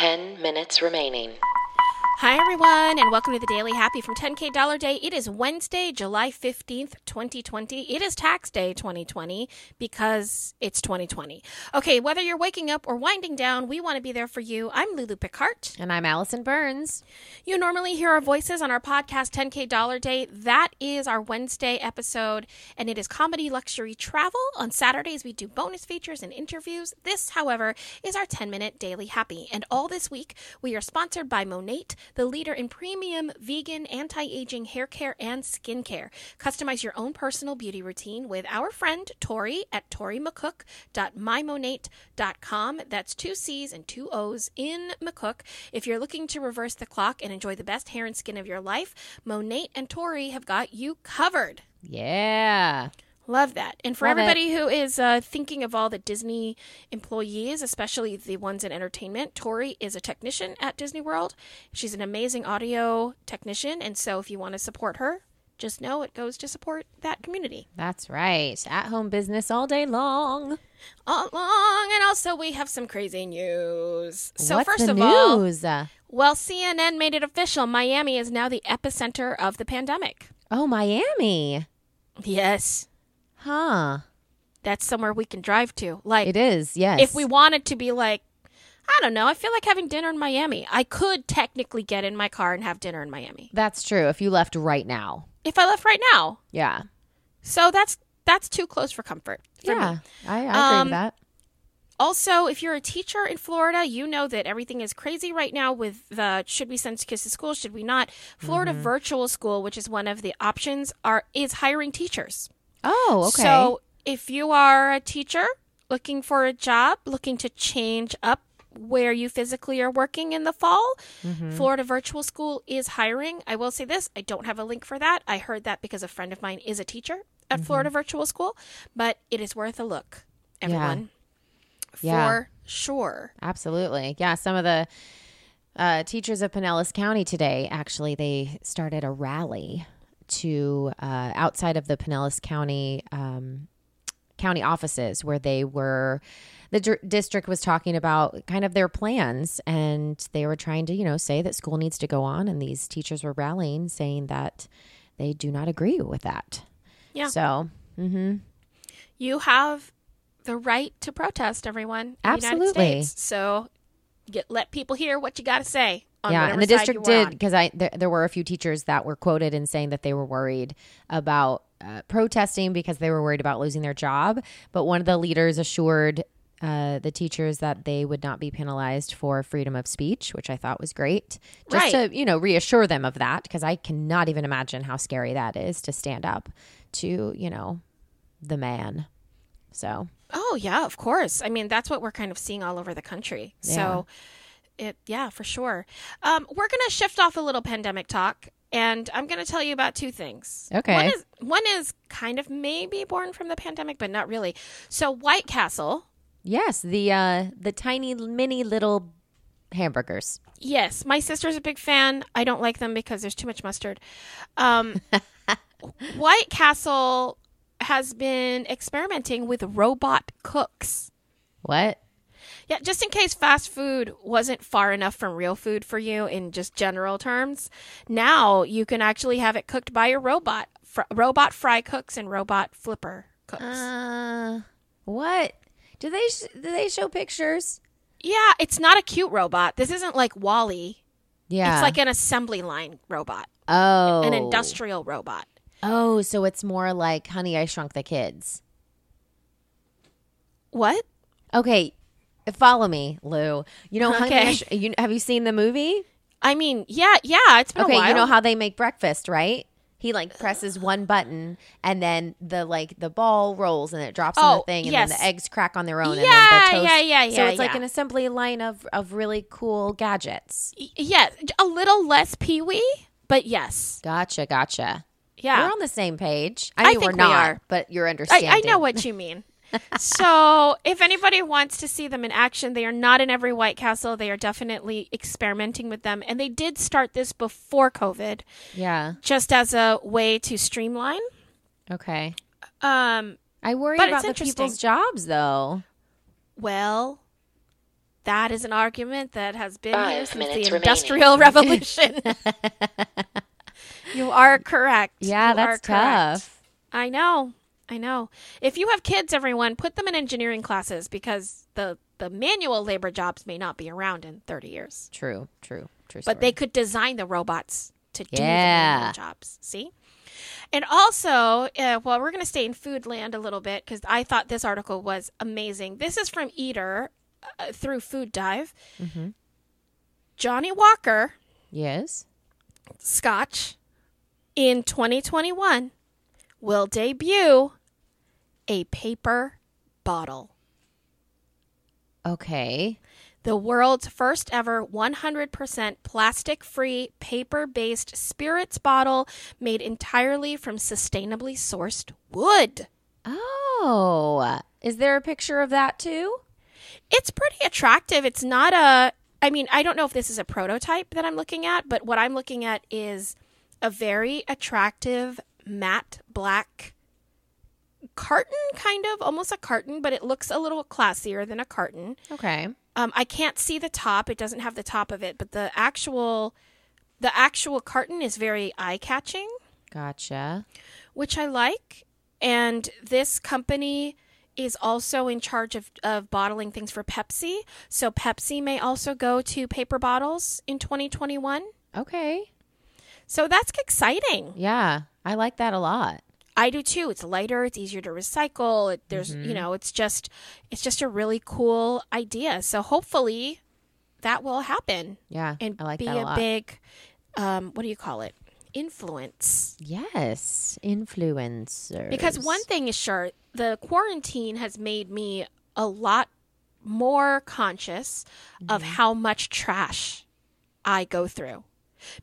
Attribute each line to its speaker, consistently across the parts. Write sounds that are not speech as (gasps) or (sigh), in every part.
Speaker 1: 10 minutes remaining.
Speaker 2: Hi, everyone, and welcome to the Daily Happy from 10K Dollar Day. It is Wednesday, July 15th, 2020. It is tax day 2020 because it's 2020. Okay, whether you're waking up or winding down, we want to be there for you. I'm Lulu Picard.
Speaker 3: And I'm Allison Burns.
Speaker 2: You normally hear our voices on our podcast, 10K Dollar Day. That is our Wednesday episode, and it is comedy, luxury, travel. On Saturdays, we do bonus features and interviews. This, however, is our 10 minute Daily Happy. And all this week, we are sponsored by Monate, the leader in premium vegan, anti aging hair care and skin care. Customize your own personal beauty routine with our friend Tori at torimccook.mymonate.com. That's two C's and two O's in McCook. If you're looking to reverse the clock and enjoy the best hair and skin of your life, Monate and Tori have got you covered.
Speaker 3: Yeah.
Speaker 2: Love that. And for
Speaker 3: Love it.
Speaker 2: everybody who is uh, thinking of all the Disney employees, especially the ones in entertainment, Tori is a technician at Disney World. She's an amazing audio technician. And so if you want to support her, just know it goes to support that community.
Speaker 3: That's right. At home business all day long.
Speaker 2: All along. And also, we have some crazy news. So,
Speaker 3: What's
Speaker 2: first
Speaker 3: the
Speaker 2: of all,
Speaker 3: news?
Speaker 2: well, CNN made it official. Miami is now the epicenter of the pandemic.
Speaker 3: oh, Miami.
Speaker 2: Yes.
Speaker 3: Huh.
Speaker 2: That's somewhere we can drive to. Like,
Speaker 3: It is, yes.
Speaker 2: if we wanted to be like i don't know i feel like having dinner in miami i could technically get in my car and have dinner in miami
Speaker 3: That's true. If you left right now.
Speaker 2: if i left right now
Speaker 3: Yeah.
Speaker 2: so that's that's too close for comfort for
Speaker 3: yeah.
Speaker 2: me.
Speaker 3: I, I agree
Speaker 2: Um,
Speaker 3: with that.
Speaker 2: also if you're a teacher in florida you know that everything is crazy right now with the should we send kids to school should we not florida
Speaker 3: Mm-hmm.
Speaker 2: virtual school which is one of the options are is hiring teachers
Speaker 3: Oh, okay.
Speaker 2: So if you are a teacher looking for a job, looking to change up where you physically are working in the fall,
Speaker 3: Mm-hmm.
Speaker 2: Florida Virtual School is hiring. I will say this I don't have a link for that. I heard that because a friend of mine is a teacher at
Speaker 3: Mm-hmm.
Speaker 2: Florida Virtual School, but it is worth a look, everyone.
Speaker 3: Yeah.
Speaker 2: For sure.
Speaker 3: Absolutely. Yeah. Some of the uh, teachers of Pinellas County today actually they started a rally to uh, outside of the Pinellas County um, county offices where they were the dir- district was talking about kind of their plans and they were trying to you know say that school needs to go on and these teachers were rallying saying that they do not agree with that
Speaker 2: Yeah.
Speaker 3: so mm-hmm
Speaker 2: You have the right to protest, everyone. in the United
Speaker 3: Absolutely.
Speaker 2: States. So get, let people hear what you got to say. On
Speaker 3: yeah,
Speaker 2: whatever
Speaker 3: and the
Speaker 2: side
Speaker 3: district
Speaker 2: you were
Speaker 3: did
Speaker 2: on.
Speaker 3: because I there, there were a few teachers that were quoted in saying that they were worried about uh, protesting because they were worried about losing their job. But one of the leaders assured uh, the teachers that they would not be penalized for freedom of speech, which I thought was great, just
Speaker 2: Right.
Speaker 3: to you know reassure them of that because I cannot even imagine how scary that is to stand up to you know the man. So
Speaker 2: Oh yeah, of course. I mean, that's what we're kind of seeing all over the country. So, it yeah, for sure. Um, we're gonna shift off a little pandemic talk, and I'm gonna tell you about two things.
Speaker 3: Okay.
Speaker 2: One is one is kind of maybe born from the pandemic, but not really. So White Castle,
Speaker 3: yes, the uh, the tiny mini little hamburgers.
Speaker 2: yes, my sister's a big fan. I don't like them because there's too much mustard. Um, White Castle has been experimenting with robot cooks.
Speaker 3: What?
Speaker 2: Yeah, just in case fast food wasn't far enough from real food for you in just general terms, now you can actually have it cooked by a robot. Fr- robot fry cooks and robot flipper cooks.
Speaker 3: Uh, what? Do they sh- do they show pictures?
Speaker 2: yeah, it's not a cute robot. This isn't like Wally.
Speaker 3: Yeah,
Speaker 2: It's like an assembly line robot,
Speaker 3: oh
Speaker 2: an industrial robot.
Speaker 3: Oh, so it's more like Honey I Shrunk the Kids.
Speaker 2: What?
Speaker 3: Okay, follow me, Lou. You know, Honey, I
Speaker 2: Okay.
Speaker 3: Sh- you, have you seen the movie?
Speaker 2: I mean, yeah, yeah, it's been a
Speaker 3: Okay,
Speaker 2: while. Uh,
Speaker 3: you know how they make breakfast, right? He like presses one button, and then the like the ball rolls, and it drops on the
Speaker 2: Oh,
Speaker 3: thing, and then
Speaker 2: yes.
Speaker 3: the eggs crack on their own. and
Speaker 2: Yeah,
Speaker 3: then the
Speaker 2: yeah,
Speaker 3: toast. So
Speaker 2: yeah, yeah,
Speaker 3: it's like
Speaker 2: yeah.
Speaker 3: an assembly line of of really cool gadgets.
Speaker 2: Y- yeah, a little less Pee Wee, but yes.
Speaker 3: Gotcha, gotcha.
Speaker 2: Yeah.
Speaker 3: We're on the same page.
Speaker 2: I
Speaker 3: I, mean,
Speaker 2: think
Speaker 3: we're
Speaker 2: we
Speaker 3: not,
Speaker 2: are.
Speaker 3: but you're
Speaker 2: I,
Speaker 3: understanding.
Speaker 2: I know what you mean. so, if anybody wants to see them in action, they are not in every White Castle. They are definitely experimenting with them. And they did start this before COVID,
Speaker 3: Yeah.
Speaker 2: just as a way to streamline.
Speaker 3: Okay.
Speaker 2: Um,
Speaker 3: I worry
Speaker 2: But
Speaker 3: about
Speaker 2: it's
Speaker 3: the people's
Speaker 2: interesting.
Speaker 3: jobs, though.
Speaker 2: well, That is an argument that has been here
Speaker 1: Five
Speaker 2: since
Speaker 1: minutes
Speaker 2: the
Speaker 1: remaining.
Speaker 2: Industrial Revolution. you are correct.
Speaker 3: Yeah,
Speaker 2: You are
Speaker 3: that's
Speaker 2: correct.
Speaker 3: tough.
Speaker 2: I know. I know. If you have kids, everyone, put them in engineering classes because the, the manual labor jobs may not be around in 30 years.
Speaker 3: True, true, true.
Speaker 2: But they could design the robots to do the
Speaker 3: Yeah.
Speaker 2: manual jobs. See? And also, uh, well, we're going to stay in food land a little bit because I thought this article was amazing. This is from Eater uh, through Food Dive.
Speaker 3: hmm
Speaker 2: Johnny Walker
Speaker 3: Yes.
Speaker 2: Scotch in 2021 will debut a paper bottle.
Speaker 3: Okay.
Speaker 2: The world's first ever 100% plastic free paper based spirits bottle made entirely from sustainably sourced wood.
Speaker 3: Oh, is there a picture of that too?
Speaker 2: It's pretty attractive. It's not a, I mean, I don't know if this is a prototype that I'm looking at, but what I'm looking at is a very attractive matte black carton, kind of, almost a carton, but it looks a little classier than a carton.
Speaker 3: Okay.
Speaker 2: Um, I can't see the top. It doesn't have the top of it, but the actual the actual carton is very eye catching,
Speaker 3: Gotcha.
Speaker 2: which I like. And this company is also in charge of, of bottling things for Pepsi. So Pepsi may also go to paper bottles in 2021.
Speaker 3: Okay.
Speaker 2: So that's exciting.
Speaker 3: Yeah, I like that a lot.
Speaker 2: I do too. It's lighter. It's easier to recycle. It, there's,
Speaker 3: Mm-hmm.
Speaker 2: you know, it's just, it's just a really cool idea. So hopefully, that will happen.
Speaker 3: Yeah,
Speaker 2: and
Speaker 3: I like
Speaker 2: be
Speaker 3: that a
Speaker 2: a,
Speaker 3: lot.
Speaker 2: big um, what do you call it influence
Speaker 3: yes, influencers.
Speaker 2: because one thing is sure the quarantine has made me a lot more conscious of
Speaker 3: Mm-hmm.
Speaker 2: how much trash i go through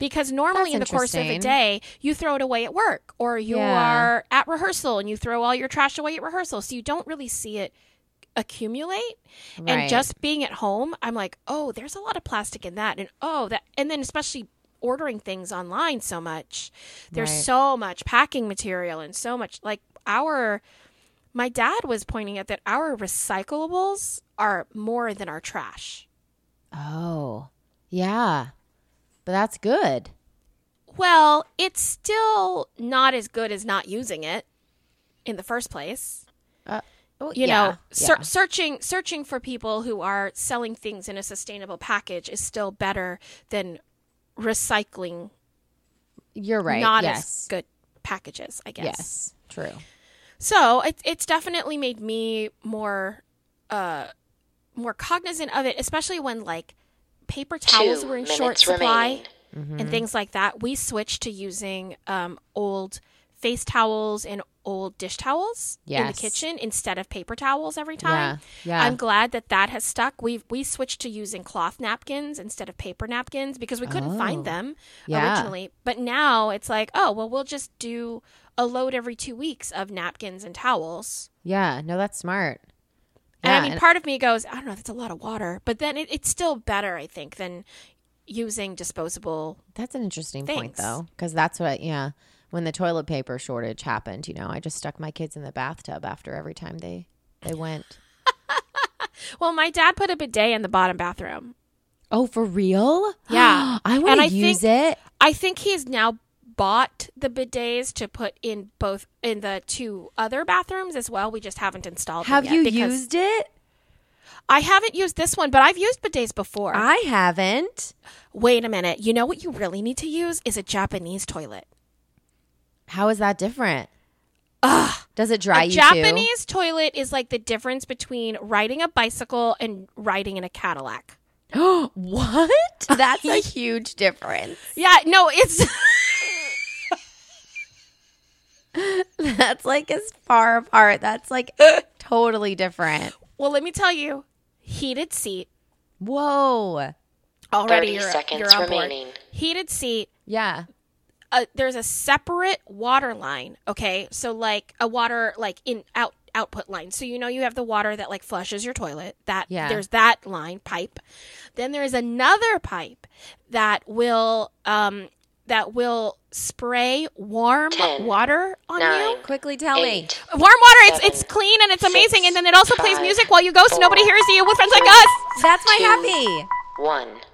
Speaker 2: because normally
Speaker 3: That's
Speaker 2: in the course of a
Speaker 3: interesting.
Speaker 2: day you throw it away at work or you
Speaker 3: Yeah.
Speaker 2: are at rehearsal and you throw all your trash away at rehearsal so you don't really see it accumulate
Speaker 3: Right.
Speaker 2: and just being at home i'm like oh there's a lot of plastic in that and oh that and then especially ordering things online so much there's
Speaker 3: Right.
Speaker 2: so much packing material and so much like our my dad was pointing out that our recyclables are more than our trash
Speaker 3: Oh, yeah, but that's good.
Speaker 2: well it's still not as good as not using it in the first place
Speaker 3: Well,
Speaker 2: you
Speaker 3: yeah,
Speaker 2: know ser-
Speaker 3: yeah.
Speaker 2: searching searching for people who are selling things in a sustainable package is still better than recycling
Speaker 3: you're right.
Speaker 2: not as
Speaker 3: yes,
Speaker 2: good packages i guess
Speaker 3: yes, true.
Speaker 2: so it, it's definitely made me more uh more cognizant of it especially when like paper towels
Speaker 1: Two
Speaker 2: were in
Speaker 1: minutes
Speaker 2: short supply
Speaker 1: remaining.
Speaker 3: Mm-hmm.
Speaker 2: and things like that we switched to using um old face towels and old dish towels in the
Speaker 3: Yes.
Speaker 2: kitchen instead of paper towels every time
Speaker 3: Yeah, yeah.
Speaker 2: i'm glad that that has stuck we we switched to using cloth napkins instead of paper napkins because we couldn't
Speaker 3: Oh.
Speaker 2: find them
Speaker 3: Yeah.
Speaker 2: originally but now it's like oh well we'll just do a load every two weeks of napkins and towels
Speaker 3: Yeah, no, that's smart.
Speaker 2: and
Speaker 3: Yeah,
Speaker 2: i mean
Speaker 3: and-
Speaker 2: part of me goes i don't know that's a lot of water but then it, it's still better i think than using disposable
Speaker 3: That's an interesting point,
Speaker 2: Thanks.
Speaker 3: though, because that's what, yeah, when the toilet paper shortage happened, you know, I just stuck my kids in the bathtub after every time they they went.
Speaker 2: Well, my dad put a bidet in the bottom bathroom.
Speaker 3: Oh, for real? (gasps)
Speaker 2: Yeah.
Speaker 3: I
Speaker 2: And
Speaker 3: want
Speaker 2: I
Speaker 3: to use it.
Speaker 2: I think he's now bought the bidets to put in both in the two other bathrooms as well. We just haven't installed. them
Speaker 3: Have
Speaker 2: yet
Speaker 3: you
Speaker 2: because-
Speaker 3: used it?
Speaker 2: I haven't used this one, but I've used bidets before.
Speaker 3: I haven't.
Speaker 2: Wait a minute. You know what you really need to use is a Japanese toilet.
Speaker 3: How is that different? Does it dry
Speaker 2: A
Speaker 3: you too?
Speaker 2: Japanese toilet is like the difference between riding a bicycle and riding in a Cadillac.
Speaker 3: What? (laughs) That's a huge difference.
Speaker 2: Yeah, no, it's (laughs)
Speaker 3: (laughs) That's like as far apart. That's like totally different.
Speaker 2: well, let me tell you, heated seat.
Speaker 3: Whoa.
Speaker 2: Already
Speaker 1: 30
Speaker 2: you're,
Speaker 1: seconds
Speaker 2: you're on board.
Speaker 1: remaining.
Speaker 2: Heated seat,
Speaker 3: Yeah.
Speaker 2: a, there's a separate water line okay so like a water like in out output line so you know you have the water that like flushes your toilet that
Speaker 3: Yeah.
Speaker 2: there's that line pipe then there's another pipe that will um that will spray warm water on you.
Speaker 1: nine,
Speaker 3: Quickly tell me.
Speaker 1: eight,
Speaker 2: Warm water, it's
Speaker 1: Seven,
Speaker 2: it's clean and it's amazing,
Speaker 1: six,
Speaker 2: and then it also plays
Speaker 1: five,
Speaker 2: music while you go, so nobody
Speaker 1: four,
Speaker 2: hears you with friends like us.
Speaker 3: That's my
Speaker 1: Two.
Speaker 3: happy.
Speaker 1: one.